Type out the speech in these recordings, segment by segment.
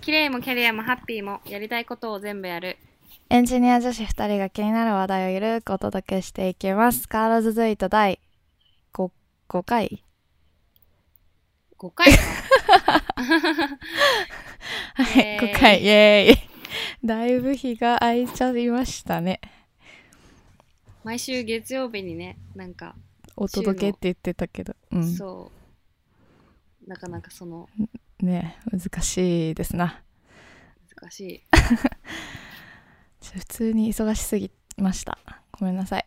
綺麗もキャリアもハッピーもやりたいことを全部やるエンジニア女子2人が気になる話題をゆるくお届けしていきます。カールズ・ズイート第 5, 5回5回 かはイい、エーイ5回、イエーイ。 だいぶ日が空いちゃいましたね。毎週月曜日にねなんか、お届けって言ってたけど。うん。そうなかなかそのね難しいですな。難しいちょ普通に忙しすぎました。ごめんなさい。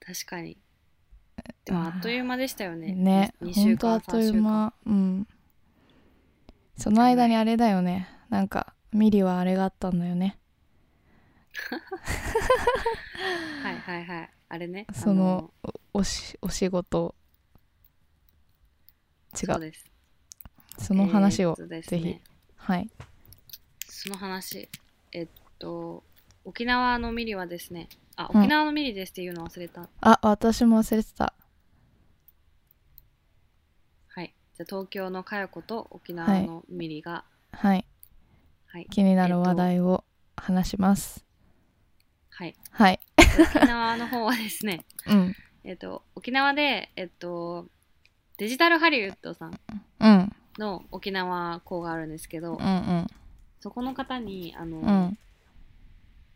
確かにでもあっという間でしたよねね、 2ほ週んとあ間っとい3う週間間。うん。その間にあれだよね。なんか、ミリはあれがあったんだよね。はいはいはいあれねそのおしお仕事違あのそううですその話えーをっ、とですぜひはいその話えっと沖縄のミリはですねあうん沖縄のミリですっていうの忘れた、あ私も忘れてたはいじゃあ東京の佳代子と沖縄のミリが、はいはい気になる話題を話します、はい、はい沖縄の方はですね、 うんえっと、沖縄で、えっと、デジタルハリウッドさんうんの沖縄校があるんですけど、うんうんそこの方にあの、うん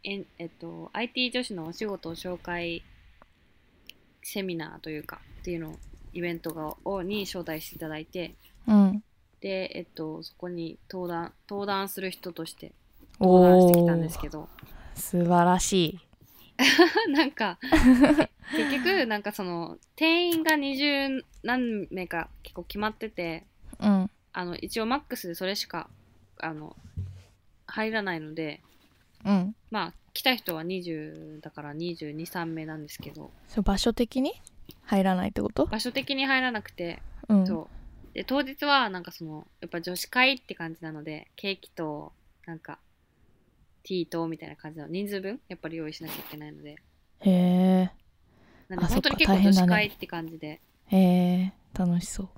えんえっと、IT 女子のお仕事を紹介セミナーというかっていうのをイベントがをに招待していただいてうんで、えっと、そこに登壇登壇する人として登壇してきおたんですーけど素晴らしい なんか結局なんかその定員が20何名か結構決まっててうんあの一応マックスでそれしかあの入らないのでうんまあ来た人は20だから223名なんですけどそう場所的に入らないってこと場所的に入らなくて、うんそうで当日はなんかそのやっぱ女子会って感じなのでケーキとなんかティーとみたいな感じの人数分やっぱり用意しなきゃいけないのでへえなんであそ本っ当かに結構女大変だ子ね会って感じでへえ楽しそう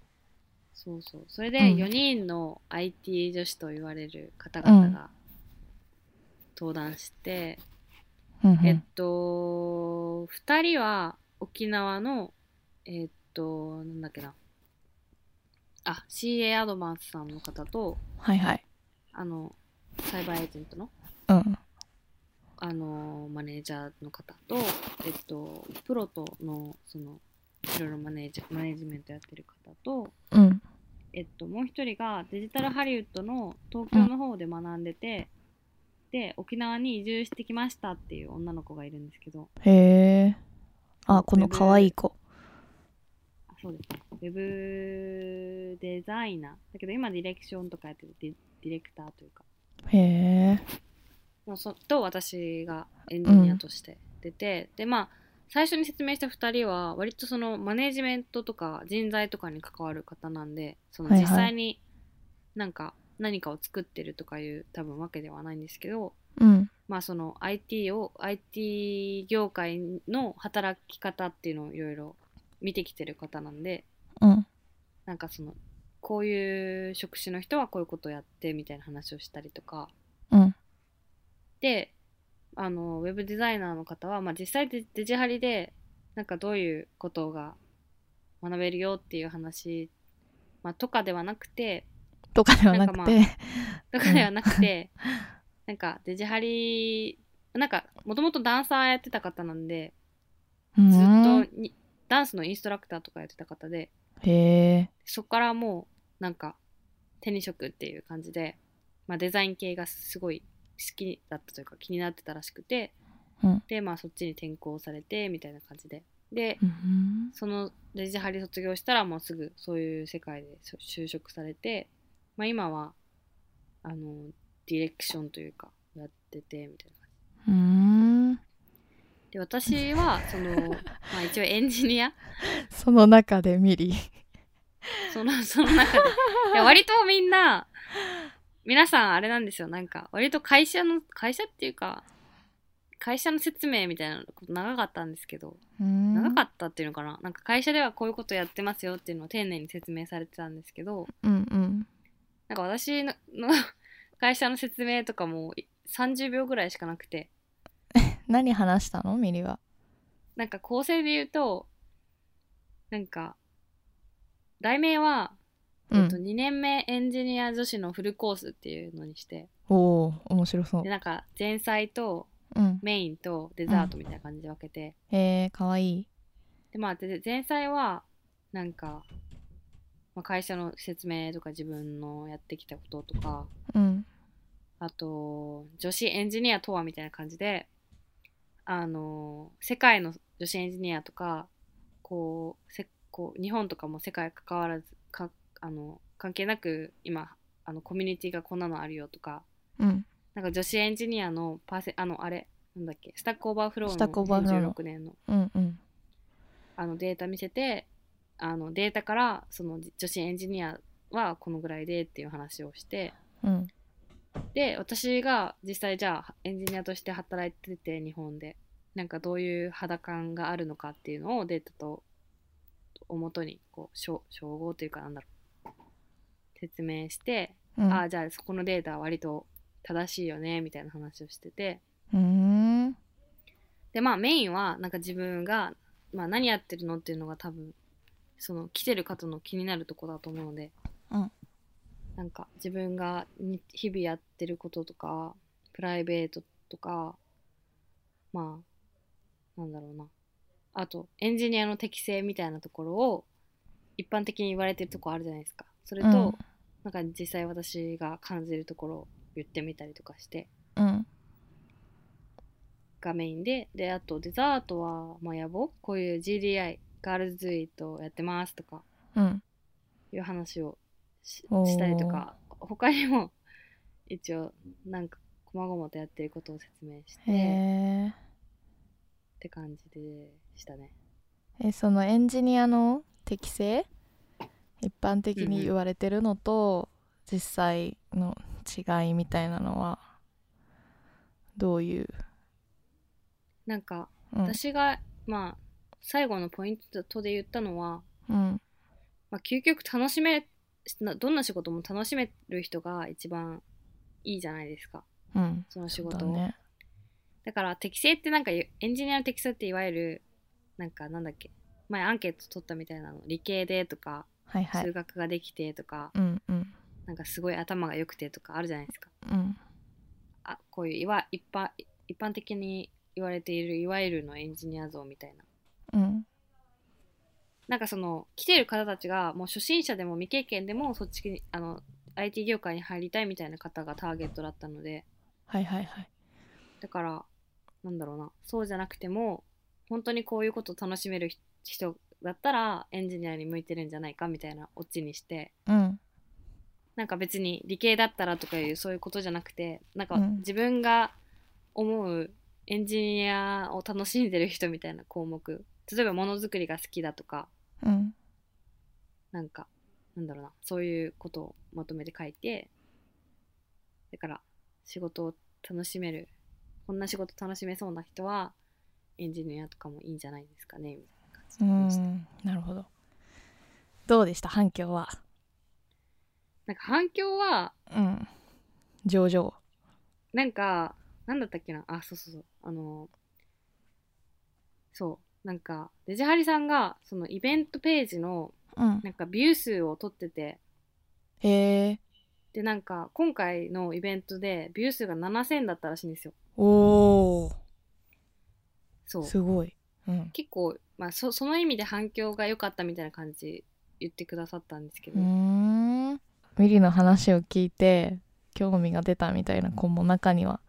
そうそうそれでうん4人の IT 女子と言われる方々が登壇して、うんうんえっと、二人は沖縄の、えっと、なんだっけな。あ、CA アドバンスさんの方と、はいはいあの、サイバーエージェントの、うんあの、マネージャーの方と、えっと、プロとの、その、いろいろマネージャーマネジメントやってる方と、うんえっと、もう一人がデジタルハリウッドの東京の方で学んでて、で、沖縄に移住してきましたっていう女の子がいるんですけど、へえあこの可愛い子あそうですね。ウェブデザイナー。だけど今ディレクションとかやってるディディレクターというか。へえもうそと私がエンジニアとして出て、でまあ最初に説明した2人は割とそのマネジメントとか人材とかに関わる方なんでそのはいはい実際になんか何かを作ってるとかいう多分わけではないんですけどうんまあその IT を IT 業界の働き方っていうのをいろいろ見てきてる方なんでうんなんかそのこういう職種の人はこういうことをやってみたいな話をしたりとかうんであのウェブデザイナーの方は、まあ、実際デデジハリでなんかどういうことが学べるよっていう話、まあ、とかではなくてとかではなくて、なとかではなくて、なんかデジハリなんかもともとダンサーやってた方なんでうずっんとにダンスのインストラクターとかやってた方でへえそこからもうなんか手に職っていう感じで、まあ、デザイン系がすごい好きだったというか気になってたらしくて、うんでまあそっちに転校されてみたいな感じででうんそのデジハリ卒業したらもうすぐそういう世界でそ就職されて、まあ、今はあのディレクションというかやっててみたいな感うんじで私はその まあ一応エンジニアその中でミリその、 その中で。いや、割とみんな、皆さんあれなんですよ。なんか、割と会社の、会社っていうか、会社の説明みたいなこと長かったんですけど、長長かっったっていうのかな、なんか会社ではこういうことやってますよっていうのを丁寧に説明されてたんですけど、たうんうんなんか私の、の 会社の説明とかもい30秒ぐらいしかなくて何話したのミリはなんか構成で言うとなんか題名は、うえっと、ん2年目エンジニア女子のフルコースっていうのにしておお面白そうでなんか前菜とうんメインとデザートみたいな感じで分けて、へえかわいいでまあで前菜はなんか、まあ、会社の説明とか自分のやってきたこととかうんあと女子エンジニアとはみたいな感じであの世界の女子エンジニアとかこうせこう日本とかも世界関わらずかあの関係なく今あのコミュニティがこんなのあるよとかうんなんか女子エンジニアのパーセあのあれなんだっけスタックオーバーフロースタックオーバーのフローの2016年のうんうんあのデータ見せてあのデータからその女子エンジニアはこのぐらいでっていう話をしてうんで私が実際じゃあエンジニアとして働いてて日本でなんかどういう肌感があるのかっていうのをデータとをもとにこう照照合というかなんだろう説明して、うんああじゃあそこのデータは割と正しいよねみたいな話をしてて、うーんでまあメインはなんか自分が、まあ、何やってるのっていうのが多分その来てる方の気になるとこだと思うので、うんなんか自分がに日々やってることとかプライベートとかまあなんだろうなあとエンジニアの適性みたいなところを一般的に言われてるとこあるじゃないですかそれと、うんなんか実際私が感じるところを言ってみたりとかしてうんがメインで、で、あとデザートは、まあ、野望こういう GDI、ガールズイートやってますとかうんいう話をしおーしたりとか、他にも 一応、なんか、こまごまとやってることを説明しへて、えって感じでしたね。えそのエンジニアの適性一般的に言われてるのと、実際の違いみたいなのはどういう、なんか、うん、私が、まあ、最後のポイントで言ったのは、うんまあ、究極楽しめ、などんな仕事も楽しめる人が一番いいじゃないですか、うんその仕そうだ事を。ねだから適性ってなんかエンジニアの適性っていわゆるなんかなんだっけ前アンケート取ったみたいなの理系でとかはいは数い学ができてとか、うんうんなんかすごい頭が良くてとかあるじゃないですかうんあこういういわ一般一般的に言われているいわゆるのエンジニア像みたいなうんなんかその来てる方たちがもう初心者でも未経験でもそっちにあの IT 業界に入りたいみたいな方がターゲットだったのではいはいはいだからなんだろうなそうじゃなくても本当にこういうことを楽しめるひ人だったらエンジニアに向いてるんじゃないかみたいなオチにしてうんなんか別に理系だったらとかいうそういうことじゃなくてなんかうん自分が思うエンジニアを楽しんでる人みたいな項目例えばものづくりが好きだとかうんなんかなんだろうなそういうことをまとめて書いてだから仕事を楽しめるこんな仕事楽しめそうな人はエンジニアとかもいいんじゃないですかねみたいな感じうで話してんなるほどどうでした反響はなんか反響はうん上々なんかなんだったっけなあそうそうそうあのそうなんかデジハリさんがそのイベントページのうんなんかビュー数を取っててへえでなんか今回のイベントでビュー数が7000だったらしいんですよおおそうすごいうん結構、まあ、そその意味で反響が良かったみたいな感じ言ってくださったんですけうど、ーんミリの話を聞いて興味が出たみたいな子も中には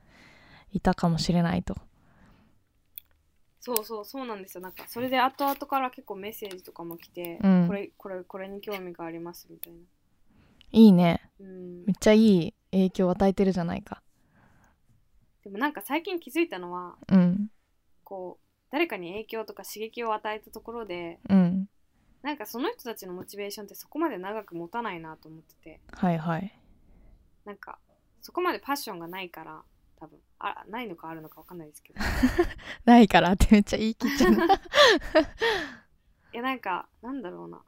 いたかもしれないとそうそうそうなんですよなんかそれで後々から結構メッセージとかも来て、うんこれこれこれに興味がありますみたいないいねうんめっちゃいい影響を与えてるじゃないかでもなんか最近気づいたのはうんこう誰かに影響とか刺激を与えたところでうんなんかその人たちのモチベーションってそこまで長く持たないなと思っててはいはいなんかそこまでパッションがないから多分あないのかあるのか分かんないですけどないからってめ っちゃ言い切っちゃう いやなんかなんだろうな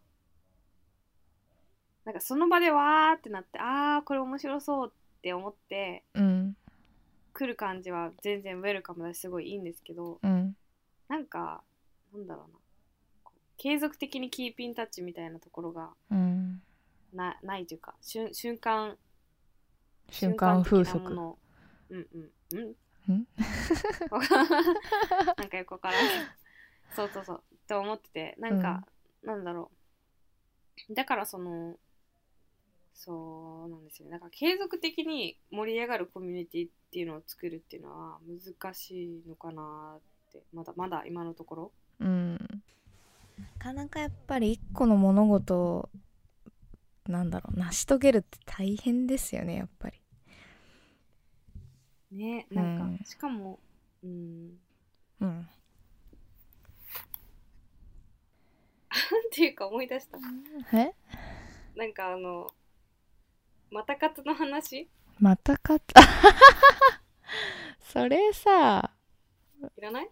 なんかその場でわーってなってあーこれ面白そうっって思ってうん来る感じは全然ウェルカムだしすごいいいんですけどうんなんかなんだろうなこう継続的にキーピンタッチみたいなところがうんなないというか瞬瞬間瞬間風瞬間的な速ものうんうんうんん なんか横からそうそうそうと思っててなんか、なんだろうだからそのそうなんですよねだから継続的に盛り上がるコミュニティっていうのを作るっていうのは難しいのかなってまだまだ今のところうんなかなかやっぱり一個の物事をなんだろう成し遂げるって大変ですよねやっぱりねなんか、うんしかもうんうんなんていうか思い出したえなんかあのまたかつの話また かつそれさいらないう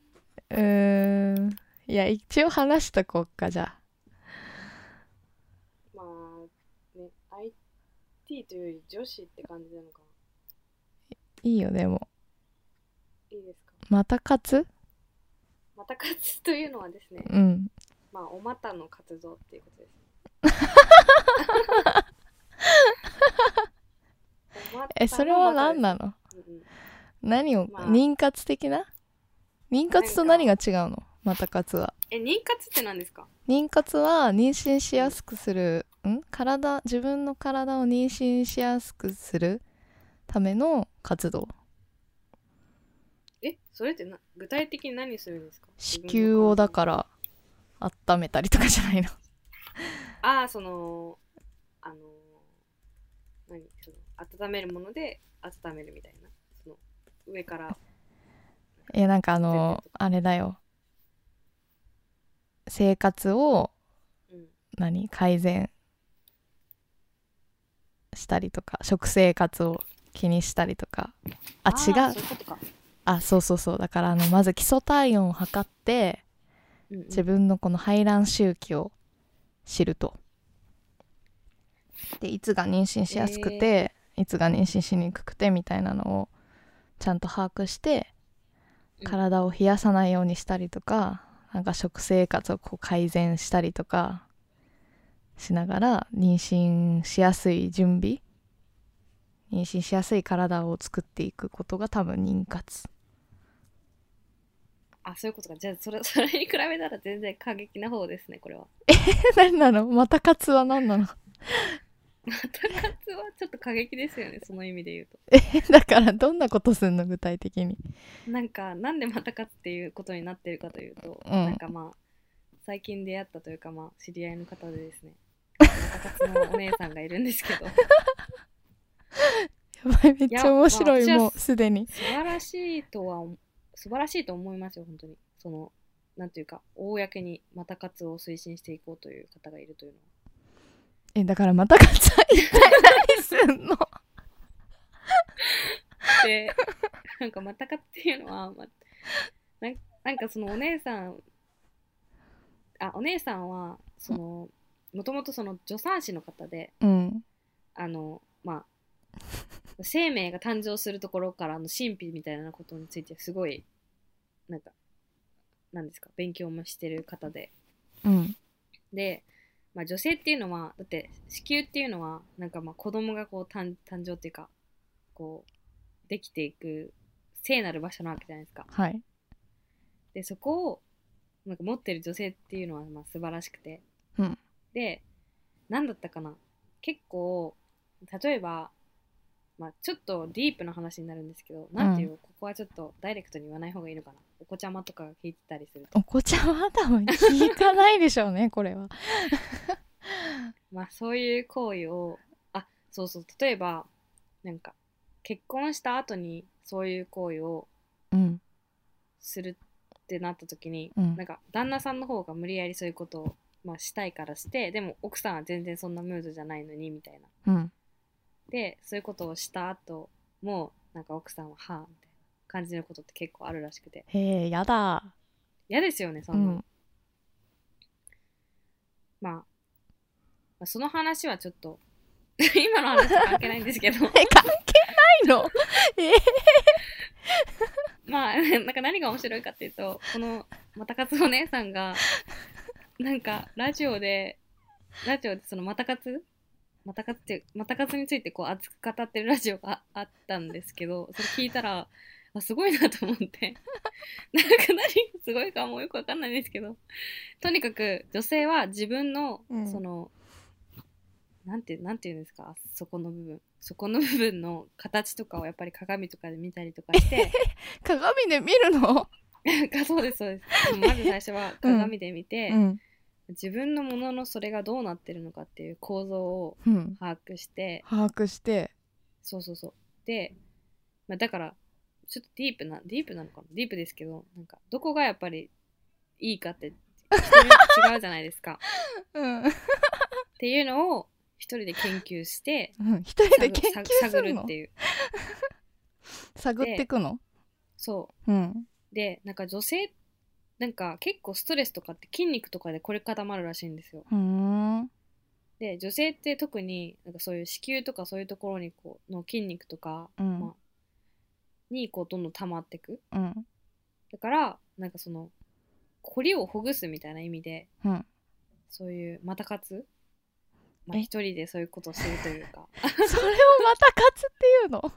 ーんいや一応話しとこっかじゃまあね IT というより女子って感じなのかいいよでもないいですかまたかつまた活というのはですねうんまあお股の活動っていうことですお股の えそれは何なのうんうん何を、まあ妊活的な妊活と何が違うのまたかつはえ妊活って何ですか妊活は妊娠しやすくするん体自分の体を妊娠しやすくするための活動えそれってな具体的に何するんですか子宮をだらから温めたりとかじゃないのああそのあの何その温めるもので温めるみたいなその上からいやなんかあのあれだよ生活をうん何改善したりとか食生活を気にしたりとかあー違うそういうことか、あそうそうそうだからあのまず基礎体温を測ってうんうん自分のこの排卵周期を知るとでいつが妊娠しやすくて、いつが妊娠しにくくてみたいなのをちゃんと把握してうん体を冷やさないようにしたりとかなんか食生活をこう改善したりとかしながら妊娠しやすい準備妊娠しやすい体を作っていくことが多分妊活あそういうことかじゃあそれ それに比べたら全然過激な方ですねこれは 何なのまた活は何なのまた活はちょっと過激ですよ ねその意味で言うとだからどんなことすんの具体的になんかなんでまた活っていうことになってるかというと、うんなんかまあ最近出会ったというかまあ知り合いの方でです ねまた活のお姉さんがいるんですけどやばいめっちゃ面白いいやまあもうすでに素晴らしいとは思素晴らしいと思いますよ本当にそのなんていうか公にまた活を推進していこうという方がいるというのはえだからまた活は一体何すんのでなんかまたかっていうのは、ま、なんなんかそのお姉さんあお姉さんはそのもともとその助産師の方で うんあのまあ生命が誕生するところからの神秘みたいなことについてすごいなんかなんですか勉強もしてる方でうんで、まあ、女性っていうのはだって子宮っていうのはなんかまあ子供がこう誕誕生っていうかこうできていく聖なる場所なわけじゃないですかはいでそこをなんか持ってる女性っていうのはまあ素晴らしくて、うんで何だったかな結構例えば、まあ、ちょっとディープな話になるんですけど、なんていうここはちょっとダイレクトに言わない方がいいのかなお子ちゃまとかが聞いてたりするとお子ちゃまだもん聞かないでしょうねこれはまあそういう行為をあそうそう例えばなんか結婚した後にそういう行為をうんするってなった時に、うんなんか旦那さんの方が無理やりそういうことを、まあ、したいからしてでも奥さんは全然そんなムードじゃないのにみたいなうんでそういうことをした後もなんか奥さんははあみたいな感じのことって結構あるらしくてへえやだ嫌ですよねそうんなの、んまあま あその話はちょっと今の話は関係ないんですけどえ関係白いえまあ、 なんか何が面白いかっていうと、この、またかつお姉さんが、なんか、ラジオで、ラジオでそのまたかつまたかつって、またかつについてこう熱く語ってるラジオがああったんですけど、それ聞いたら、あすごいなと思って。なんか何がすごいかもうよくわかんないんですけど、とにかく女性は自分の、うんその、なんて、なんて言うんですか、そこの部分。そこの部分の形とかをやっぱり鏡とかで見たりとかして、鏡で見るの、なん かそうですそうですまず最初は鏡で見て、うん自分のもののそれがどうなってるのかっていう構造をうん、把握して把握してそうそうそうで、まあ、だからちょっとディープなディープなのかなディープですけどなんかどこがやっぱりいいかって人によって違うじゃないです かうん、っていうのを一人で研究してうん、一人で研探究す探るるっのていう探ってくのそううんでなんか女性なんか結構ストレスとかって筋肉とかでこれ固まるらしいんですよふーんで女性って特になんかそういう子宮とかそういうところにこうの筋肉とかうんまにこうどんどん溜まってくうんだからなんかその凝りをほぐすみたいな意味でうんそういうまたかつ、まあ、え一人でそういうことをするという かそれをまた勝つっていうの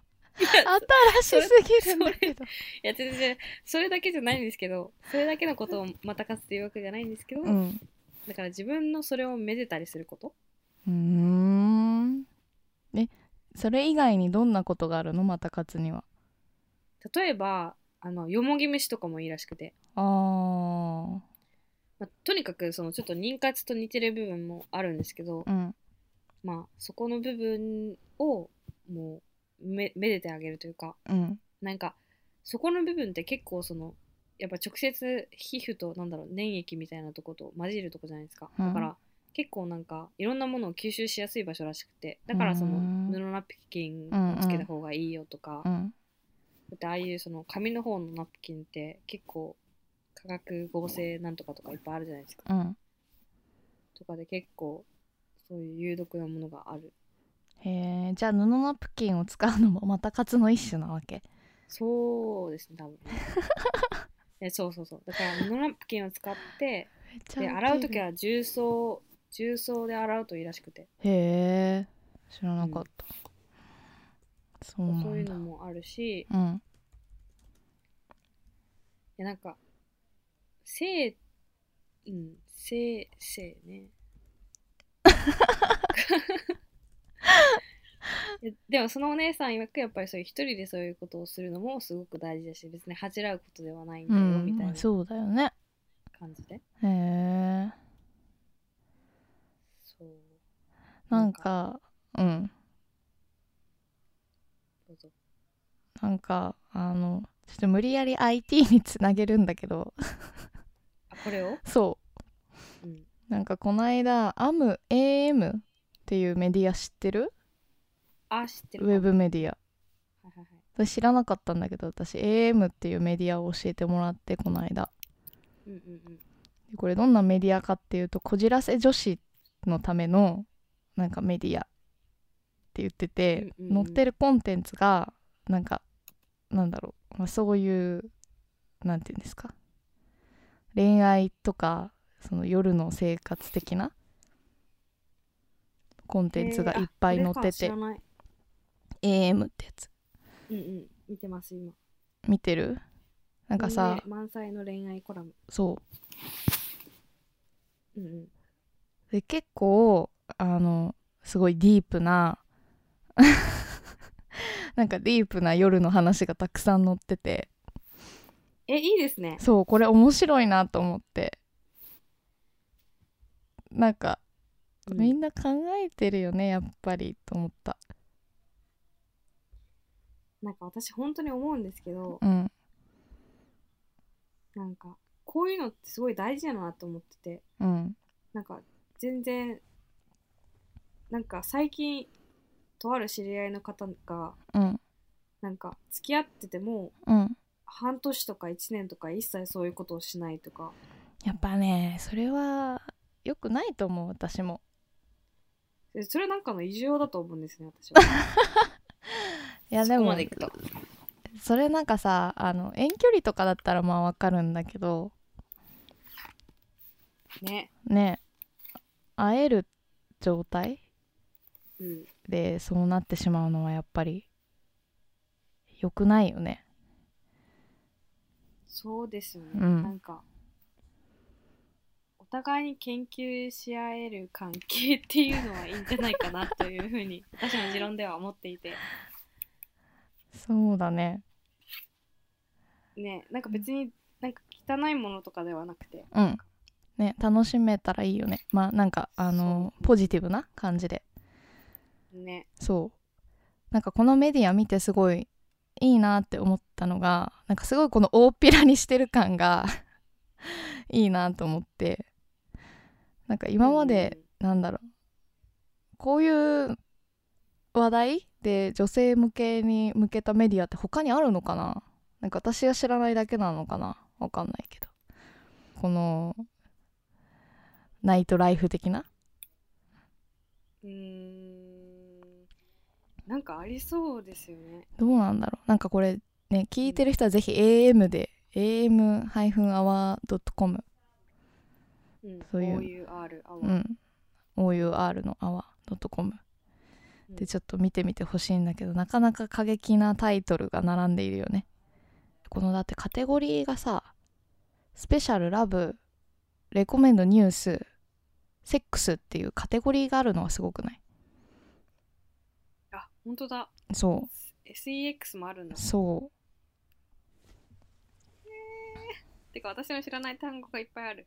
新しすぎるんだけどいや全然それだけじゃないんですけどそれだけのことをまたかつっていうわけじゃないんですけど、うんだから自分のそれをめでたりすることうーんえそれ以外にどんなことがあるのまた勝つには例えばあのよもぎ飯とかもいいらしくてあーまあ、とにかくそのちょっと妊活と似てる部分もあるんですけど、うんまあそこの部分をもうめめでてあげるというかうんなんかそこの部分って結構そのやっぱ直接皮膚となんだろう粘液みたいなとこと混じるとこじゃないですか、うんだから結構なんかいろんなものを吸収しやすい場所らしくてだからそのうん布ナプキンをつけた方がいいよとか、うんだってああいうその紙の方のナプキンって結構化学合成なんとかとかいっぱいあるじゃないですかうんとかで結構そういう有毒なものがあるへえじゃあ布ナプキンを使うのもまた勝つの一種なわけそうですね多 分えそうそうそうだから布ナプキンを使ってで洗う時は重曹重曹で洗うといいらしくてへえ知らなかった、そうなそういんうだのもあるしうんいやなんか性うん性性 ねいやでもそのお姉さん曰くやっぱりそういう一人でそういうことをするのもすごく大事だし別に恥じらうことではないんだうよんみたいまなあそうだよね感じでへえそうなんかうんどうぞなんかあのちょっと無理やり IT につなげるんだけど あこれをそうんうなんかこの間 AMAM っていうメディア知ってるあ知ってるウェブメディアはいはいはい私知らなかったんだけど私 AM っていうメディアを教えてもらってこの間うんうんでこれどんなメディアかっていうとこじらせ女子のためのなんかメディアって言ってて、うんうんうん載ってるコンテンツがなんかなんだろう、まあ、そういうなんていうんですか恋愛とかその夜の生活的なコンうテんンツがいっぱい載っててえーあこれか知らない AM ってやつうんうん見てます今見てるなんかさ、恋愛満載の恋愛コラムそううんうんで結構あのすごいディープな なんかディープな夜の話がたくさん載っててえいいですねそうこれ面白いなと思ってなんかうんみんな考えてるよねやっぱりと思ったなんか私本当に思うんですけどうんなんかこういうのってすごい大事だなと思っててうんなんか全然なんか最近とある知り合いの方がうんなんか付き合っててもうん半年とか1年とか一切そういうことをしないとかやっぱねそれは良くないと思う私もでそれなんかの異常だと思うんですね私はいやでそこもまで行くと。それなんかさあの遠距離とかだったらまあわかるんだけどね。ね会える状態うん。でそうなってしまうのはやっぱり良くないよねそうですよね。うんなんか、お互いに研究し合える関係っていうのはいいんじゃないかなというふう に、私の持論では思っていて。そうだねね、なんか別に、なんか汚いものとかではなくて。うんね楽しめたらいいよねまあなんかあのポジティブな感じでね。そうなんかこのメディア見てすごいいいなって思ったのがなんかすごいこの大っぴらにしてる感が いいなと思ってなんか今まで、なんだろうこういう話題で女性向けに向けたメディアって他にあるのかななんか私が知らないだけなのかなわかんないけどこのナイトライフ的なうん、うーん。なんかありそうですよね。どうなんだろうなんかこれね聞いてる人はぜひ AM で am-hour.com うん。そういう OUR、青う。ん our の hour.com でちょっと見てみてほしいんだけどなかなか過激なタイトルが並んでいるよねこのだってカテゴリーがさスペシャルラブレコメンドニュースセックスっていうカテゴリーがあるのはすごくないあ、本当だ。そ SEX もあるんだう。そうてか私の知らない単語がいっぱいある。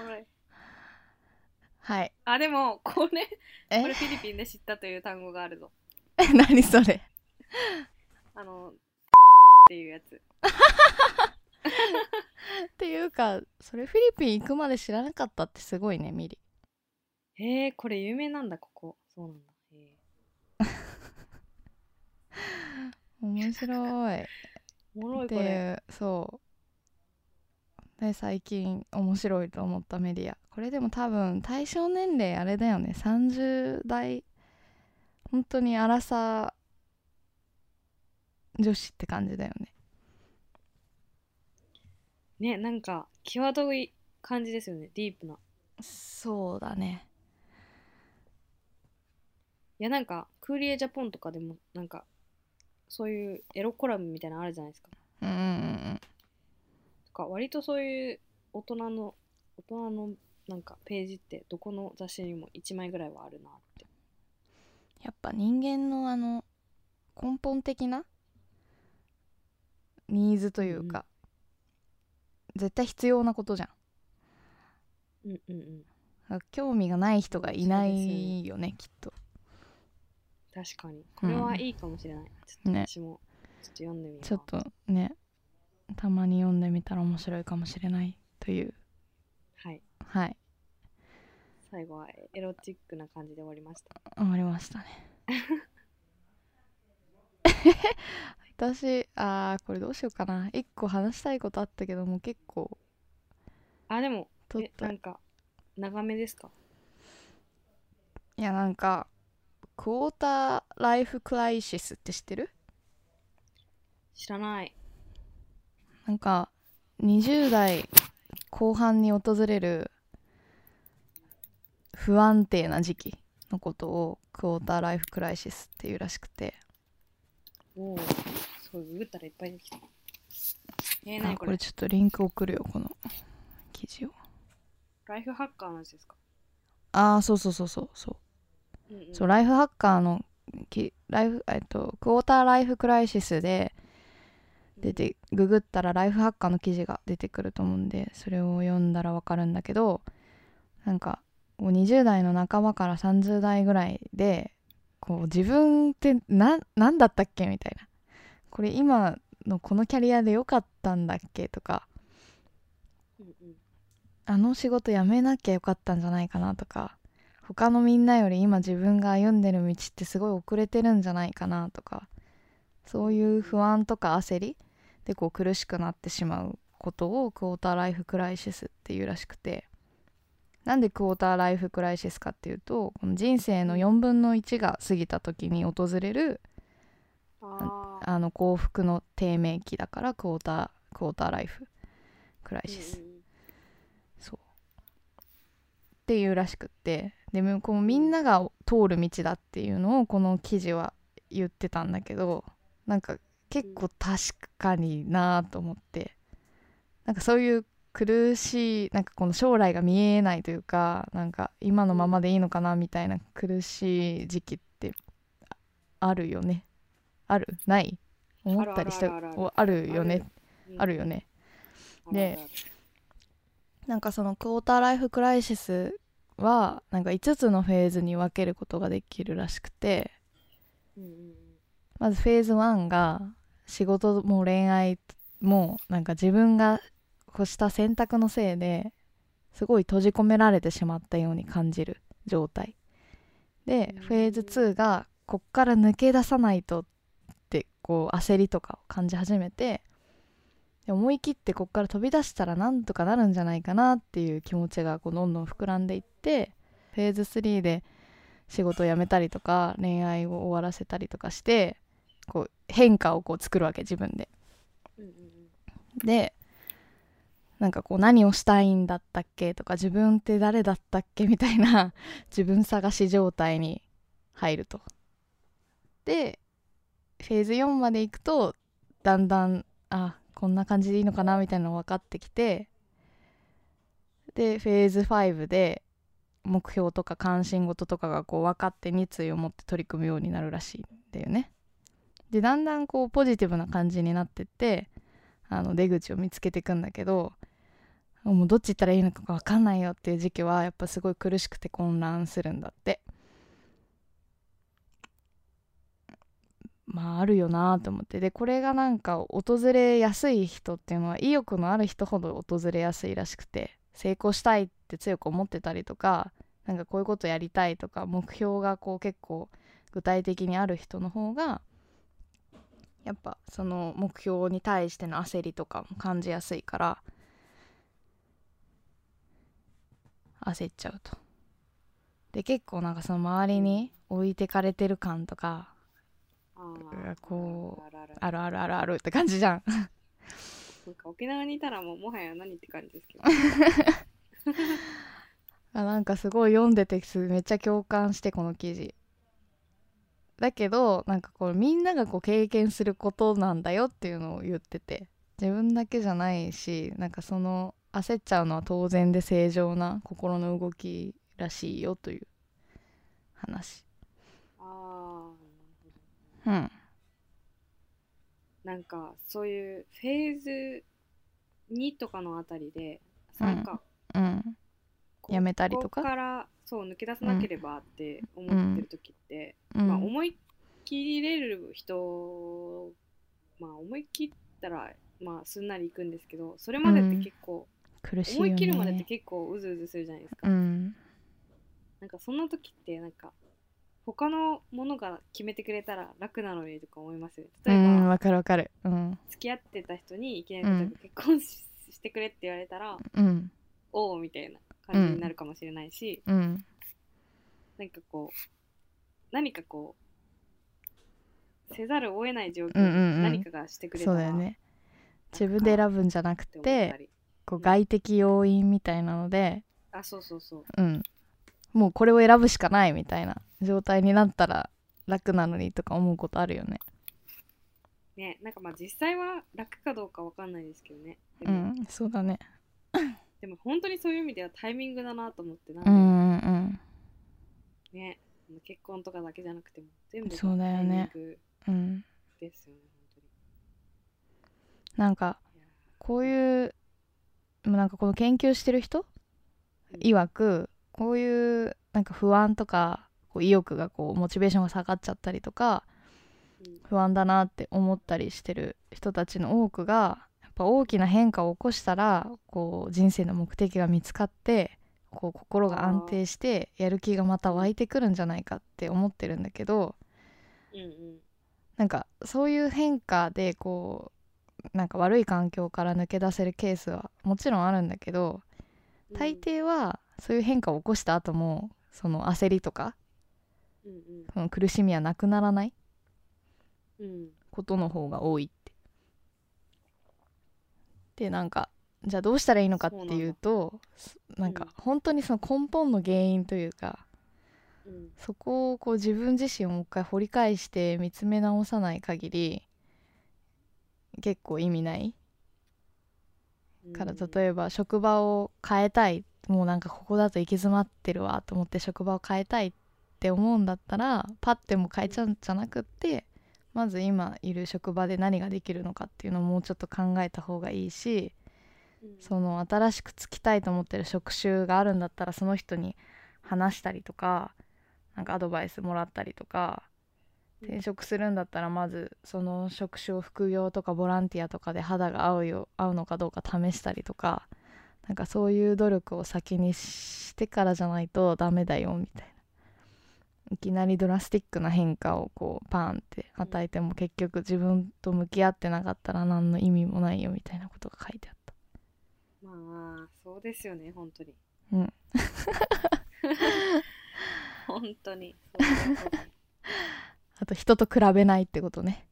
おもろいはいあ、でも、これ、えこれフィリピンで知ったという単語があるぞ。え 何それあの、っていうやつ。っていうかそれフィリピン行くまで知らなかったってすごいねミリへえ、これ有名なんだ、ここ。そうなんだ。へえ面白いおもろい、これ。でそうで最近面白いと思ったメディアこれでも多分対象年齢あれだよね30代本当に荒さ女子って感じだよねね、なんか、際どい感じですよね、ディープな。いそうだねや、なんか、クーリエジャポンとかでも、なんか、そういうエロコラムみたいなのあるじゃないですか。うんうんうんとか割とそういう大人の大人のなんかページってどこの雑誌にも1枚ぐらいはあるなってやっぱ人間のあの根本的なニーズというか、絶対必要なことじゃんうんうんうん興味がない人がいないよねきっと確かにこれはいいかもしれない、ちょっねと私もちょっと読んでみようちょっとねたまに読んでみたら面白いかもしれないというはいはい最後はエロチックな感じで終わりました終わりましたね私あーこれどうしようかな一個話したいことあったけどもう結構あでも取っえたないんか長めですかやなんかクォーターライフクライシスって知ってる知らないなんか20代後半に訪れる不安定な時期のことをクォーターライフクライシスっていうらしくておおすごいググったらいっぱいできたえー、なあにここれれちょっとリンク送るよこの記事をライフハッカーの話ですかああそうそうそうそうそううんうんそうライフハッカーのきライフ、えっと、クォーターライフクライシスで出てググったらライフハッカーの記事が出てくると思うんでそれを読んだらわかるんだけどなんかこう20代の半ばから30代ぐらいでこう自分ってな何だったっけみたいなこれ今のこのキャリアで良かったんだっけとかうんうんあの仕事辞めなきゃよかったんじゃないかなとか他のみんなより今自分が歩んでる道ってすごい遅れてるんじゃないかなとかそういう不安とか焦りでこう苦しくなってしまうことをクォーターライフクライシスっていうらしくてなんでクォーターライフクライシスかっていうとこの人生の4分の1が過ぎた時に訪れるああの幸福の低迷期だからクォータークォーターライフクライシス、そうっていうらしくってでもこうみんなが通る道だっていうのをこの記事は言ってたんだけどなんか結構確かになぁと思ってなんかそういう苦しいなんかこの将来が見えないというかなんか今のままでいいのかなみたいな苦しい時期ってああるよねあるない思ったりしたあるあるあるあるおあるよねうんあるよねうんでなんかそのクォーターライフクライシスはなんか5つのフェーズに分けることができるらしくてうんうんまずフェーズ1が仕事も恋愛もなんか自分がこうした選択のせいですごい閉じ込められてしまったように感じる状態でうんフェーズ2がこっから抜け出さないとってこう焦りとかを感じ始めてで思い切ってこっから飛び出したらなんとかなるんじゃないかなっていう気持ちがこうどんどん膨らんでいってフェーズ3で仕事を辞めたりとか恋愛を終わらせたりとかしてこう変化をこう作るわけ自分で。うんうんでなんかこう何をしたいんだったっけとか自分って誰だったっけみたいな 自分探し状態に入ると。でフェーズ4まで行くとだんだんあこんな感じでいいのかなみたいなの分かってきてでフェーズ5で目標とか関心事とかがこう分かって熱意を持って取り組むようになるらしいんだよね。でだんだんこうポジティブな感じになってってあの出口を見つけていくんだけどもうどっち行ったらいいのか分かんないよっていう時期はやっぱすごい苦しくて混乱するんだってまああるよなと思ってでこれがなんか訪れやすい人っていうのは意欲のある人ほど訪れやすいらしくて成功したいって強く思ってたりとかなんかこういうことやりたいとか目標がこう結構具体的にある人の方がやっぱその目標に対しての焦りとかも感じやすいから焦っちゃうと。で結構なんかその周りに置いてかれてる感とかうんうあわあこあるあるあるあるあるあるあるって感じじゃん。 なんか沖縄にいたらもうもはや何って感じです けどあなんかすごい読んでてすめっちゃ共感してこの記事だけどなんかこうみんながこう経験することなんだよっていうのを言ってて自分だけじゃないしなんかその焦っちゃうのは当然で正常な心の動きらしいよという話ああうんなんかそういうフェーズ2とかのあたりで、うんなんかうんこやめたりとかここからそう抜け出さなければって思ってる時って、うん、まあ、思い切れる人、まあ、思い切ったら、まあ、すんなりいくんですけどそれまでって結構、苦しいよ思ねい切るまでって結構うずうずするじゃないですか、うんなんかそんな時ってなんか他のものが決めてくれたら楽なのにとか思いますよねう例えば、んわかるわかるうん付き合ってた人にいきなうりん例えば結婚し,、てくれって言われたら、うんおおみたいな感じになるかもしれないし、うんなんかこう何かこうせざるを得ない状況うんうんうんに何かがしてくれたそうら、だよね自分で選ぶんじゃなくってて思ったりこう外的要因みたいなので、あそうそうそううん、もうこれを選ぶしかないみたいな状態になったら楽なのにとか思うことあるよね。ねなんかまあ実際は楽かどうかわかんないですけどねでうも,、ん、そうだね。でも本当にそういう意味ではタイミングだなと思ってなんうかんうんね、結婚とかだけじゃなくても全部がそうだよねタイミングうんうん。ですよね本なんか当にいやこういうもうなんかこの研究してる人うん曰くこういうなんか不安とかこう意欲がこうモチベーションが下がっちゃったりとかうん不安だなって思ったりしてる人たちの多くがやっぱ大きな変化を起こしたらこう人生の目的が見つかってこう心が安定してやる気がまた湧いてくるんじゃないかって思ってるんだけどうんうんなんかそういう変化でこうなんか悪い環境から抜け出せるケースはもちろんあるんだけど大抵はそういう変化を起こした後もその焦りとかうんうんその苦しみはなくならないうんことの方が多いって。でなんかじゃあどうしたらいいのかっていうとすなんか本当にその根本の原因というか、うんそこをこう自分自身をもう一回掘り返して見つめ直さない限り結構意味ないうんから例えば職場を変えたいもうなんかここだと行き詰まってるわと思って職場を変えたいって思うんだったらパッてもう変えちゃうんじゃなくってまず今いる職場で何ができるのかっていうのをもうちょっと考えた方がいいしうんその新しくつきたいと思ってる職種があるんだったらその人に話したりとかなんかアドバイスもらったりとかうん転職するんだったらまずその職種を副業とかボランティアとかで肌が合うよ合うのかどうか試したりとかなんかそういう努力を先にしてからじゃないとダメだよみたいないきなりドラスティックな変化をこうパンって与えても結局自分と向き合ってなかったら何の意味もないよみたいなことが書いてあった。まあそうですよね本当にうん 本当にそうそうそうあと人と比べないってことね。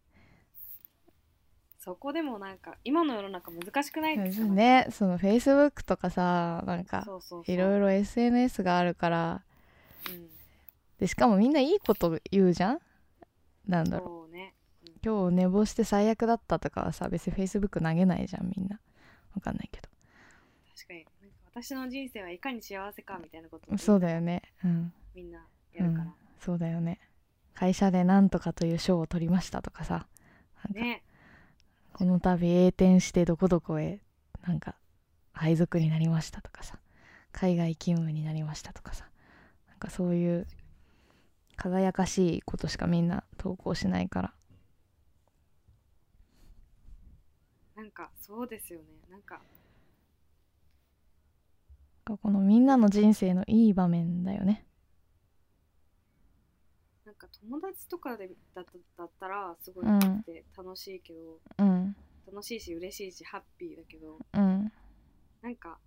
そこでもなんか今の世の中難しくないですかね、その Facebook とかさ、なんかそうそうそういろいろ SNS があるから、うんでしかもみんないいこと言うじゃんなんだろう。そうね今日寝坊して最悪だったとかはさ、別に Facebook 投げないじゃんみんな。わかんないけ確かになんか私の人生はいかに幸せかみたいなことど。そうだよね。うん。みんなやるから、そうだよね。会社でなんとかという賞を取りましたとかさ、なんかねこの度栄転してどこどこへなんか配属になりましたとかさ海外勤務になりましたとかさなんかそういう輝かしいことしかみんな投稿しないからなんかそうですよねなんかなんかこのみんなの人生のいい場面だよねなんか友達とかでだっただったらすごいうん見て楽しいけど、うん楽しいし嬉しいしハッピーだけどうんなんか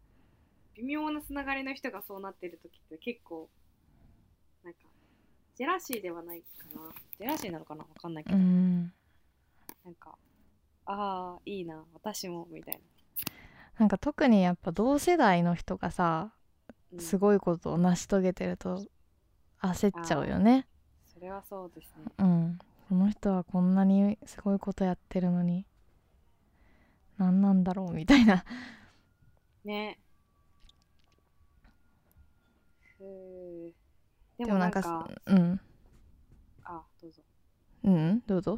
微妙なつながりの人がそうなってる時って結構なんかジェラシーではないかなジェラシーなのかなわかんないけうど、んなんかああいいな私もみたいなんか特にやっぱ同世代の人がさな、うんすごいことを成し遂げてると焦っちゃうよねそれはそうですねうん、この人はこんなにすごいことやってるのに何なんだろうみたいなねふうででももななんんかかうんあどうぞうんどうぞ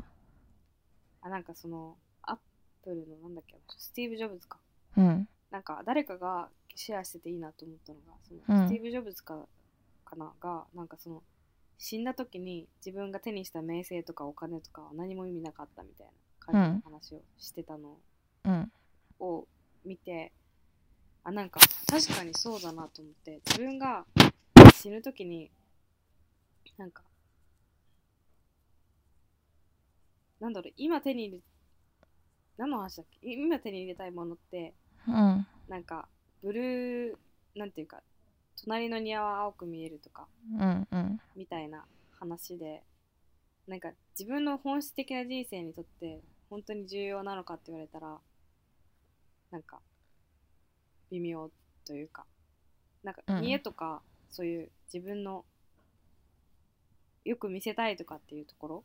あなんかそのアップルのなんだっけスティーブ・ジョブズかうんなんか誰かがシェアしてていいなと思ったのがその、うんスティーブ・ジョブズかかながなんかその死んだ時に自分が手にした名声とかお金とかは何も意味なかったみたいな感じの話をしてたのうんを見て、あなんか確かにそうだなと思って自分が死ぬ時になんかなんだろう今手に入れ何の話だっけ今手に入れたいものってうんなんかブルーなんていうか隣の庭は青く見えるとかうんうんみたいな話でなんか自分の本質的な人生にとって本当に重要なのかって言われたらなんか微妙というかなんかうん家とか、そういう自分のよく見せたいとかっていうところ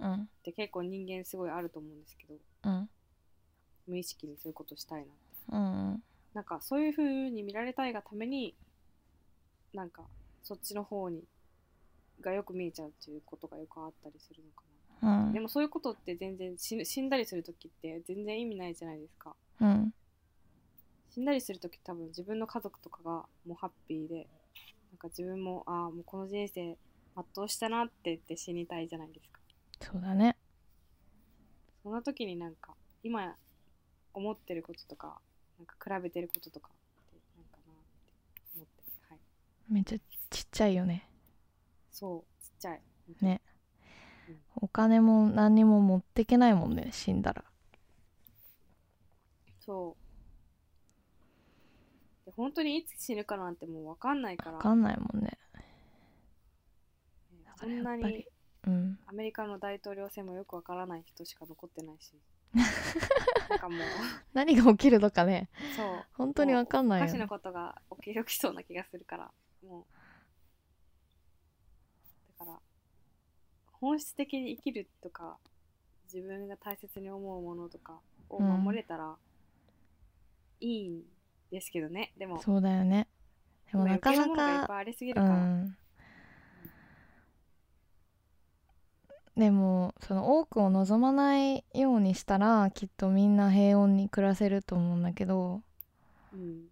うんって結構人間すごいあると思うんですけどうん無意識にそういうことしたいなってうんなんかそういう風に見られたいがためになんかそっちの方にがよく見えちゃうっていうことがよくあったりするのかうな、んでもそういうことって全然死ぬ死んだりする時って全然意味ないじゃないですかうん死んだりする時多分自分の家族とかがもうハッピーでなんか自分もああもうこの人生全うしたなって言って死にたいじゃないですかそうだねそんな時になんか今思ってることとかなんか比べてることとかってなんかなって思ってはいめっちゃちっちゃいよねそうちっちゃいねお金も何にも持ってけないもんね死んだらそう。で本当にいつ死ぬかなんてもう分かんないからわかんないもんねそんなやっぱりにうんアメリカの大統領選もよく分からない人しか残って ないしなんかもう何が起きるのかねそう本当にわかんないおよかしねなことが起き起きそうな気がするからもうだから本質的に生きるとか自分が大切に思うものとかを守れたらいいんですけどね、でもそうだよねでもなかな今余計なものがいっぱかいありすぎるうから、んでもその多くを望まないようにしたらきっとみんな平穏に暮らせると思うんだけどうん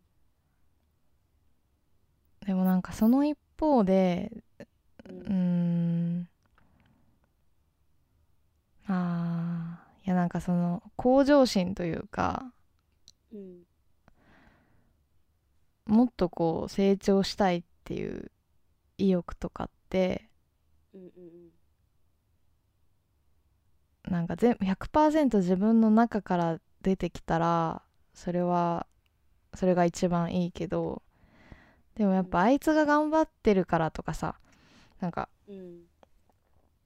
でもなんかその一方でううーんんあーいやなんかその向上心というかうんもっとこう成長したいっていう意欲とかってうんうんなんか全100%自分の中から出てきたらそれはそれが一番いいけどでもやっぱあいつが頑張ってるからとかさなんかうんうん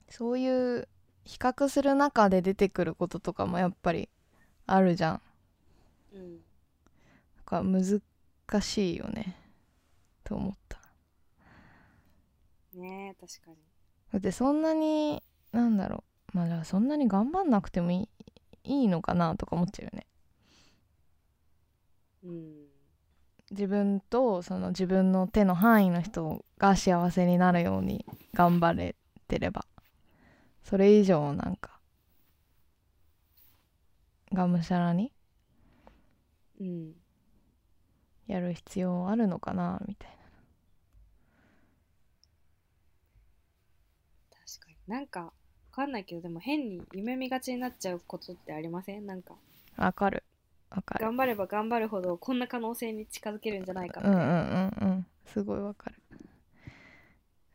そういう比較する中で出てくることとかもやっぱりあるじゃん。うんなんか難しいよねと思ったねえ確かにだってそんなになんだろうまあじゃあそんなに頑張んなくてもいいいいのかなとか思っちゃうよねうん自分とその自分の手の範囲の人が幸せになるように頑張れてればそれ以上なんかがむしゃらにうんやる必要あるのかなみたい確かになんかわかんないけどでも変に夢見がちになっちゃうことってありませんなんかなわかるわかる頑張れば頑張るほどこんな可能性に近づけるんじゃないかっうて、んうんうんうんすごいわかる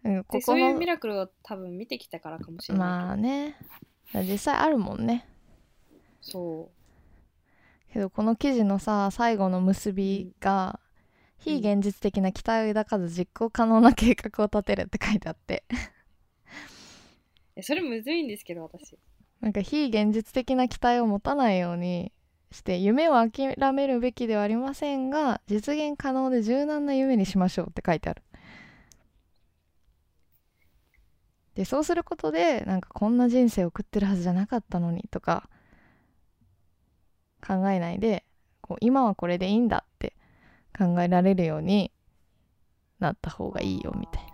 うんこでこそういうのミラクルを多分見てきたからかもしれまないあね実際あるもんねけど、そけどこの記事のさ最後の結びが、うん非現実的な期待を抱かず実行可能な計画を立てるって書いてあってうえそれむずいんですけど私なんか非現実的な期待を持たないようにして夢を諦めるべきではありませんが実現可能で柔軟な夢にしましょうって書いてあるでそうすることでなんかこんな人生を送ってるはずじゃなかったのにとか考えないでこう今はこれでいいんだって考えられるようになった方がいいよみたいなな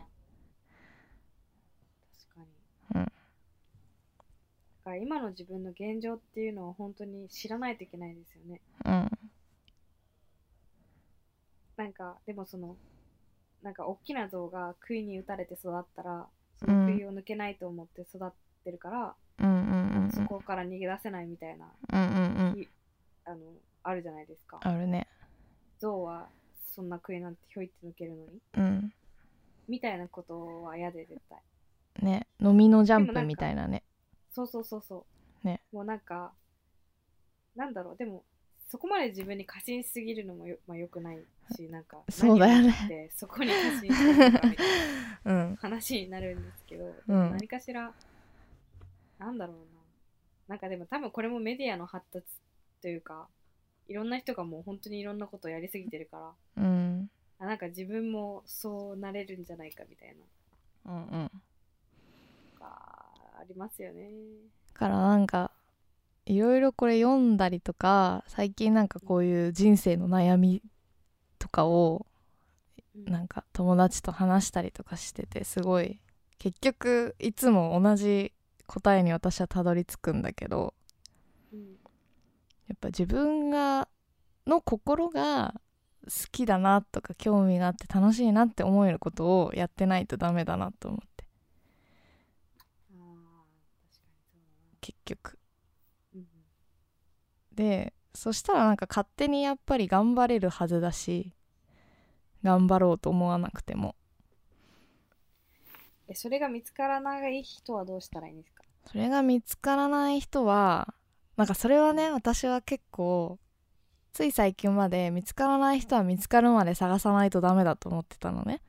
確かにうんだから今の自分の現状っていうのを本当に知らないといけないですよねうんなんかでもそのなんか大きな像が杭に打たれて育ったらその杭を抜けないと思って育ってるから、うんうんうんうんそこから逃げ出せないみたいな、うんうんうんいあのあるじゃないですかあるね象はそんな杭なんてひょいって抜けるのにうんみたいなことは嫌で絶対ね飲みのジャでンもプなんかみたいなねそうそうそうそうねもうなんかなんだろうでもそこまで自分に過信しすぎるのもよ,、まあ、よくないしなんかそうだよ何ねを持ってそこに過信してるのかみたいなうん話になるんですけど、うん何かしらなんだろうななんかでも多分これもメディアの発達というかいろんな人がもう本当にいろんなことをやりすぎてるからうんあなんか自分もそうなれるんじゃないかみたいなうんうんだのがありますよね。からなんかいろいろこれ読んだりとか最近なんかこういう人生の悩みとかをうんなんか友達と話したりとかしててすごい結局いつも同じ答えに私はたどり着くんだけどうんやっぱ自分がの心が好きだなとか興味があって楽しいなって思えることをやってないとダメだなと思ってあー確かにそうだな結局うんでそしたらなんか勝手にやっぱり頑張れるはずだし頑張ろうと思わなくてもえそれが見つからない人はどうしたらいいんですかそれが見つからない人はなんかそれはね私は結構つい最近まで見つからない人は見つかるまで探さないとダメだと思ってたのね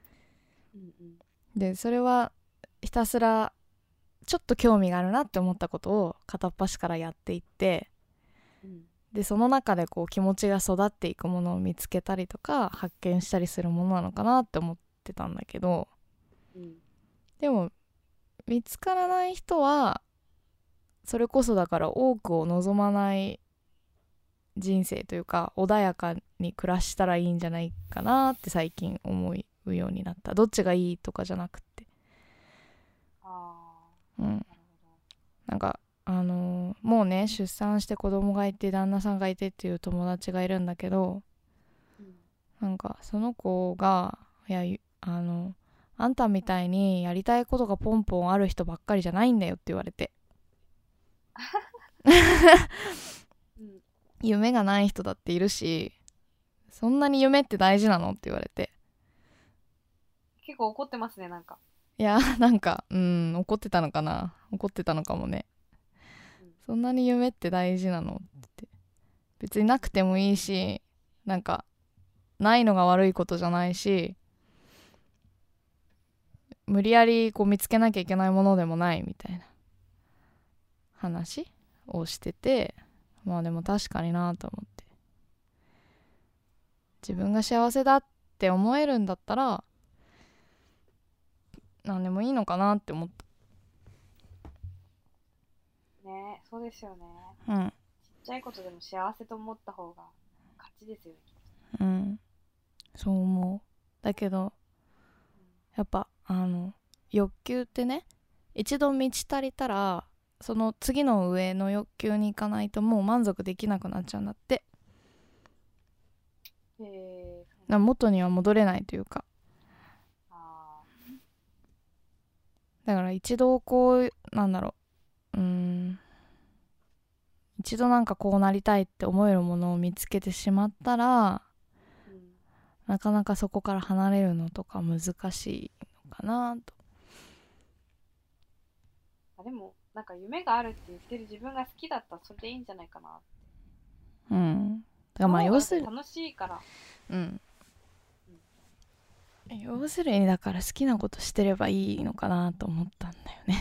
うんうんでそれはひたすらちょっと興味があるなって思ったことを片っ端からやっていってうんでその中でこう気持ちが育っていくものを見つけたりとか発見したりするものなのかなって思ってたんだけどうんでも見つからない人はそれこそだから多くを望まない人生というか穏やかに暮らしたらいいんじゃないかなって最近思うようになったどっちがいいとかじゃなくてあうんあなるほなんかあのーもうね出産して子供がいて旦那さんがいてっていう友達がいるんだけどど、うんなんかその子がいやゆあのあんたみたいにやりたいことがポンポンある人ばっかりじゃないんだよって言われてうん夢がない人だっているしそんなに夢って大事なのって言われて結構怒ってますねなんかいやなんかうん怒ってたのかな怒ってたのかもねそんなに夢って大事なのって別になくてもいいしなんかないのが悪いことじゃないし無理やりこう見つけなきゃいけないものでもないみたいな話をしててまあでも確かになと思って自分が幸せだって思えるんだったら何でもいいのかなって思っねそうですよねたうんちっちゃいことでも幸せと思った方が勝ちですよねうんそう思うだけどやっぱあの欲求ってね一度満ち足りたらその次の上の欲求に行かないともう満足できなくなっちゃうんだってへえそうな元には戻れないというかあーだから一度こうなんだろううーん一度なんかこうなりたいって思えるものを見つけてしまったらうんなかなかそこから離れるのとか難しいのかなとあでもなんか夢があるって言ってる自分が好きだったらそれでいいんじゃないかなうんだからまその方があ要するに楽しいからうん要するにだから好きなことしてればいいのかなと思ったんだよね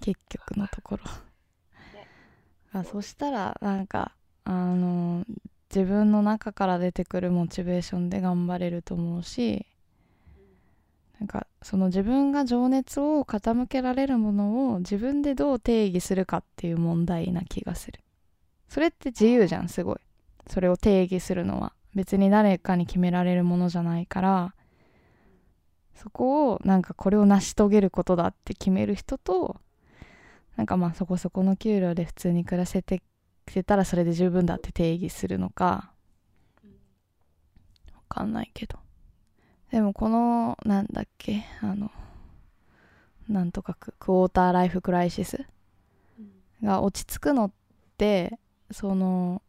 結局のところあそしたらなんかあの自分の中から出てくるモチベーションで頑張れると思うしなんかその自分が情熱を傾けられるものを自分でどう定義するかっていう問題な気がするそれって自由じゃんすごいそれを定義するのは別に誰かに決められるものじゃないからそこをなんかこれを成し遂げることだって決める人となんかまあそこそこの給料で普通に暮らせててたらそれで十分だって定義するのかうんわかんないけどでもこのなんだっけあのなんとかククォーターライフクライシスうんが落ち着くのってその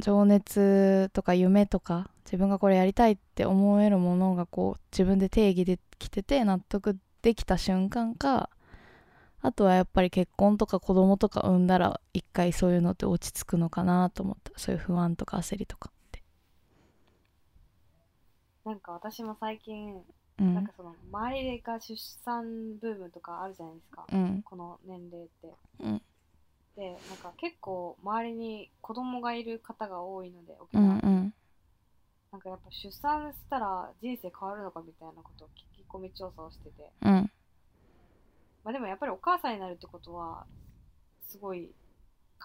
情熱とか夢とか自分がこれやりたいって思えるものがこう自分で定義できてて納得できた瞬間かあとはやっぱり結婚とか子供とか産んだら一回そういうのって落ち着くのかなと思ったそういう不安とか焦りとかって。なんか私も最近うなんんかその周りが出産ブームとかあるじゃないですかうんこの年齢ってうんでなんか結構周りに子供がいる方が多いので沖う縄んうんなんかやっぱ出産したら人生変わるのかみたいなことを聞き込み調査をしてて、うんまあ、でもやっぱりお母さんになるってことはすごい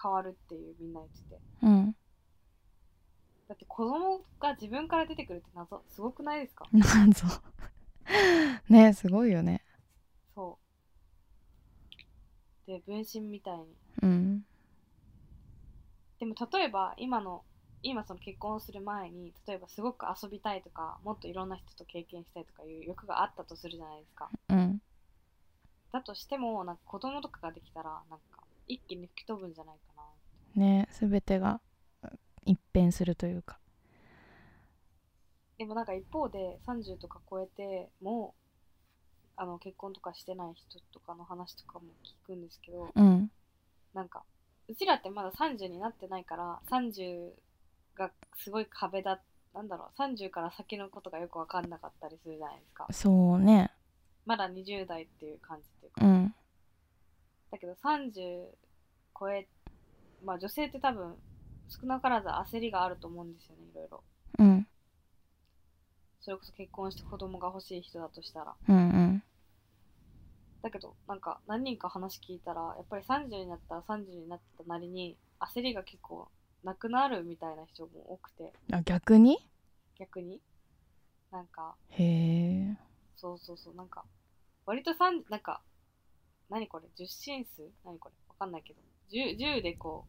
変わるっていうみんな言っててうんだって子供が自分から出てくるって謎すごくないですか 謎 ねすごいよねそうで分身みたいにうんでも例えば今の今その結婚する前に例えばすごく遊びたいとかもっといろんな人と経験したいとかいう欲があったとするじゃないですかうんだとしてもなんか子供とかができたらなんか一気に吹き飛ぶんじゃないかなね全てが一変するというかでもなんか一方で30とか超えてもあの結婚とかしてない人とかの話とかも聞くんですけどうんなんかうちらってまだ30になってないから30がすごい壁だなんだろう30から先のことがよく分かんなかったりするじゃないですかそうねまだ20代っていう感じっていうか、うんだけど30超えまあ女性って多分少なからず焦りがあると思うんですよねいろいろうんそれこそ結婚して子供が欲しい人だとしたらうんうんだけどなんか何人か話聞いたらやっぱり30になったら30になったなりに焦りが結構なくなるみたいな人も多くてあ逆に逆になんかへえそうそうそうなんか割と3なんか何これ10進数何これわかんないけど 10, 10でこ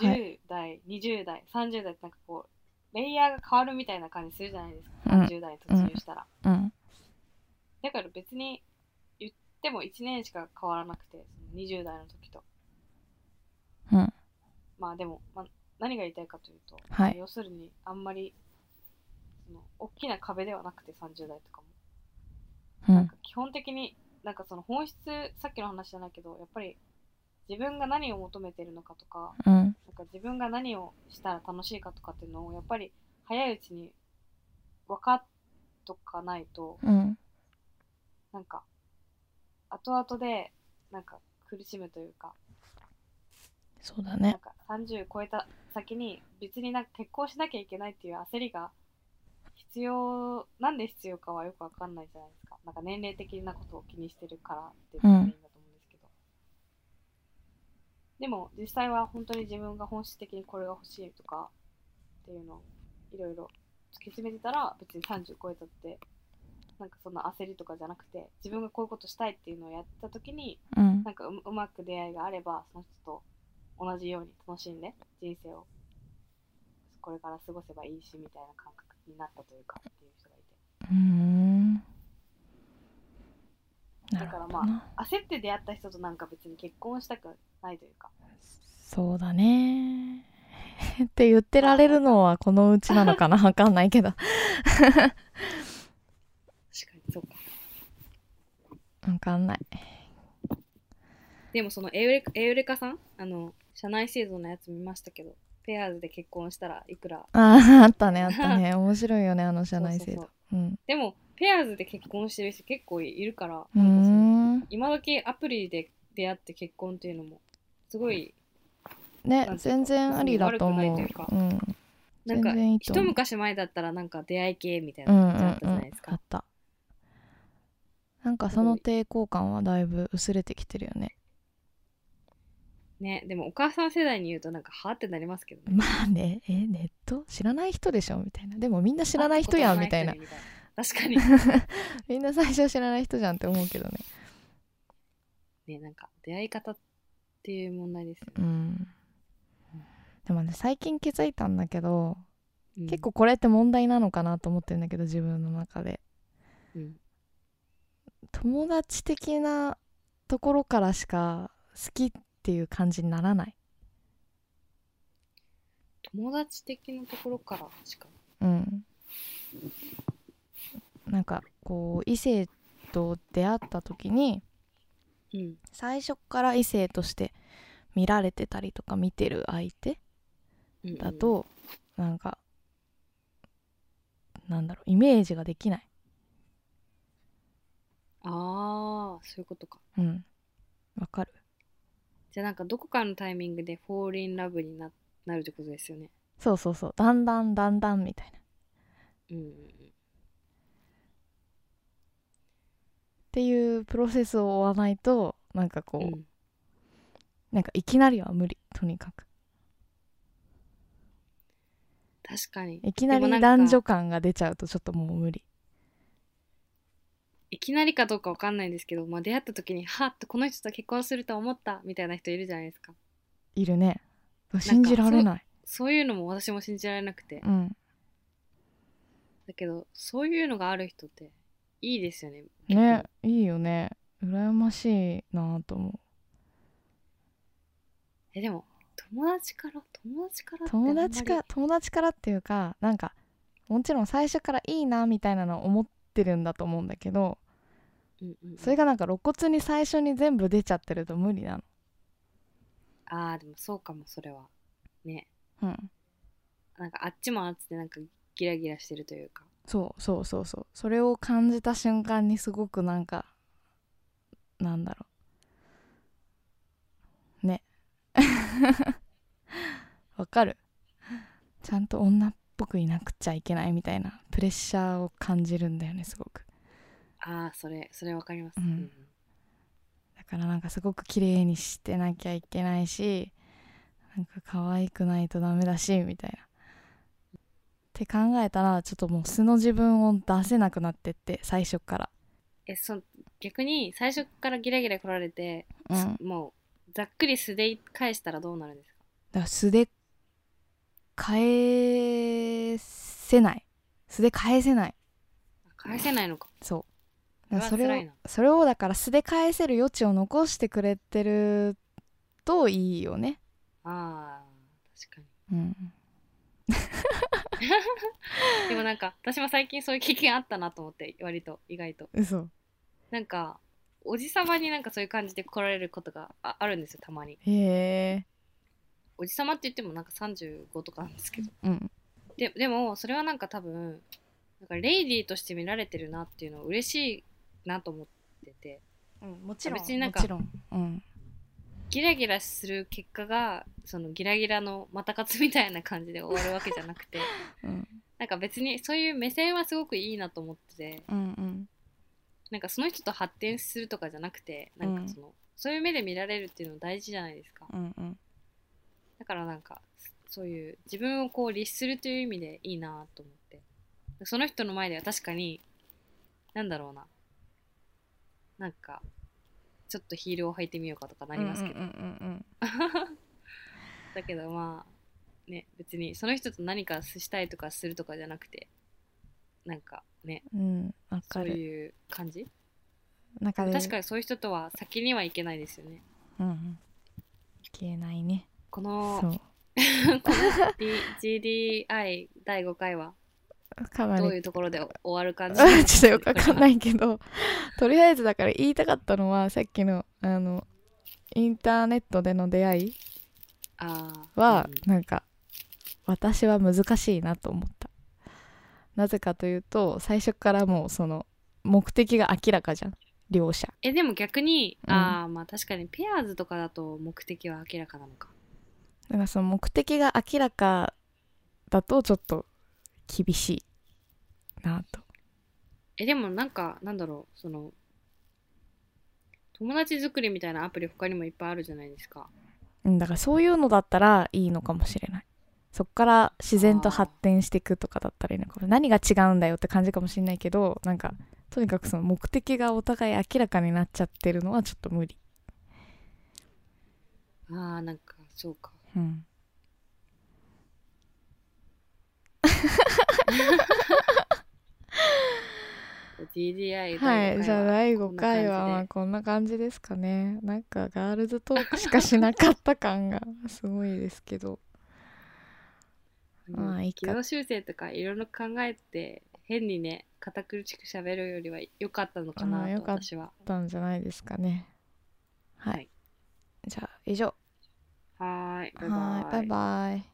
うはい10代、20代30代ってなんかこうレイヤーが変わるみたいな感じするじゃないですかうん30代に突入したら、うんだから別に言っても1年しか変わらなくてその20代の時とうんまあでも、まあ、何が言いたいかというと、はい要するにあんまりその大きな壁ではなくて30代とかもうん基本的になんかその本質さっきの話じゃないけどやっぱり自分が何を求めてるのかとかうんなんか自分が何をしたら楽しいかとかっていうのをやっぱり早いうちに分かっとかないとうんなんか後々でなんか苦しむというかそうだなんねか30超えた先に別になんか結婚しなきゃいけないっていう焦りが必要なんで必要かはよくわかんないじゃないですかなんか年齢的なことを気にしてるからっていうのがいいんだと思うんですけど、でも実際は本当に自分が本質的にこれが欲しいとかっていうのをいろいろ突き詰めてたら別に30超えたってなんかそんな焦りとかじゃなくて自分がこういうことしたいっていうのをやった時にうんなんかううまく出会いがあればその人と同じように楽しんで人生をこれから過ごせばいいしみたいな感覚になったというかっていう人がいてうんなだるからほまどなあ焦って出会った人となんか別に結婚したくないというかそうだねって言ってられるのはこのうちなのか なわかんないけど確かにそうかわかんないでもそのエウレカエウレカさんあの社内製造のやつ見ましたけどペアーズで結婚したらいくらあーあったねあった ね面白いよねあの社内制そう度そううんでもペアーズで結婚してる人結構いるからうーなんかそのん今時アプリで出会って結婚っていうのもすごいねなんていうか全然ありだと思う別に悪くないとうんなんか全然いいと一思う昔前だったらなんか出会い系みたいなうんうんう感じだったじゃないんですか、あったなんかその抵抗感はだいぶ薄れてきてるよねねでもお母さん世代に言うとなんかはあってなりますけどねまあねえネット知らない人でしょみたいなでもみんな知らない人やんみたいな会ったことない人にみ たいな確かみんな最初知らない人じゃんって思うけどねにねなんか出会い方っていう問題ですようね、んでもね最近気づいたんだけど、うん結、構これって問題なのかなと思ってるんだけど自分の中でうん友達的なところからしか好きっていう感じにならない友達的なところからしかうんなんかこう異性と出会った時にうん最初から異性として見られてたりとか見てる相手うんだとなんかなんだろうイメージができないああそういうことかうんわかるじゃあなんかどこかのタイミングでフォーリンラブにななるってことですよねそうそうそうだんだんだんだんみたいなっうんうんうんていうプロセスを追わないとなんかこう、うんなんかいきなりは無理とにかく確かにいきなでもりなんか男女感が出ちゃうとちょっともう無理いきなりかどうかわかんないんですけど、まあ、出会った時にはっとこの人と結婚すると思ったみたいな人いるじゃないですかいるね信じられないそういうのも私も信じられなくて、うんだけどそういうのがある人っていいですよねねいいよね羨ましいなと思えでも友達から友達からうってあん友まり達か友達からっていうかなんかもちろん最初からいいなみたいなのを思ってるんだと思うんだけどうんうんうんそれがなんか露骨に最初に全部出ちゃってると無理なのああでもそうかもそれはねうん、なんかあっちもあっちでなんかギラギラしてるというかそうそうそうそうそれを感じた瞬間にすごくなんかなんだろうね わかるちゃんと女っぽくいなくちゃいけないみたいなプレッシャーを感じるんだよねすごくああそれそれわかります、うんだからなんかすごく綺麗にしてなきゃいけないしなんか可愛くないとダメだしみたいな。って考えたらちょっともう素の自分を出せなくなってって最初から。えそ逆に最初からギラギラ来られて、うん、だかもうざっくり素で返したらどうなるんですから素で返せない素で返せないあ返せないのかそうだかそらそれはれ辛いをなそれをだから素で返せる余地を残してくれてるといいよね。ああ確かにうん、でもなんか私も最近そういう経験あったなと思って割と意外と嘘なんかおじさまになんかそういう感じで来られることがああるんですよたまにへえおじさまって言ってもなんか35とかなんですけどうんででもそれはなんか多分なんかレイディーとして見られてるなっていうのは嬉しいなと思っててうん、もちろん別になんかもちろん、うん、ギラギラする結果がそのギラギラのまた勝つみたいな感じで終わるわけじゃなくて うんなんか別にそういう目線はすごくいいなと思っててうんうんなんかその人と発展するとかじゃなくてなんかその、そういう目で見られるっていうの大事じゃないですかうんうんだからなんかそういう自分をこう律するという意味でいいなと思ってその人の前では確かになんだろうななんかちょっとヒールを履いてみようかとかなりますけど、うんうんだけどまあね別にその人と何かしたいとかするとかじゃなくてなんかねうんうんうんわそかうるいう感じなんかね確かにそういう人とは先にはいけないですよねうんうん消えないねこそのう D GDI 第5回はかなどういりうところで終わる感じ ちょっとよくわかんないいけどとりあえずだから言いたかったのはさっきのあのインターネットでの出会いあーはうんなんか私は難しいなと思ったなぜかというと最初からもうその目的が明らかじゃん両者えでも逆に、うんああまあ確かにペアーズとかだと目的は明らかなのかだからその目的が明らかだとちょっと厳しいなと。えでもなんかなんだろうその友達作りみたいなアプリ他にもいっぱいあるじゃないですかうん、だからそういうのだったらいいのかもしれない。そっから自然と発展していくとかだったらいいのかも何が違うんだよって感じかもしれないけどなんかとにかくその目的がお互い明らかになっちゃってるのはちょっと無理。ああなんかそうかうん、 DDI はいじゃあ第5回はまあこんな感じですかねなんかガールズトークしかしなかった感がすごいですけどまあいいか軌道修正とかいろいろ考えて変にね堅苦しく喋るよりは良かったのかあなーとよかっ私はだったんじゃないですかねはい、はいじゃあ以上はーいバイバはいバイバイ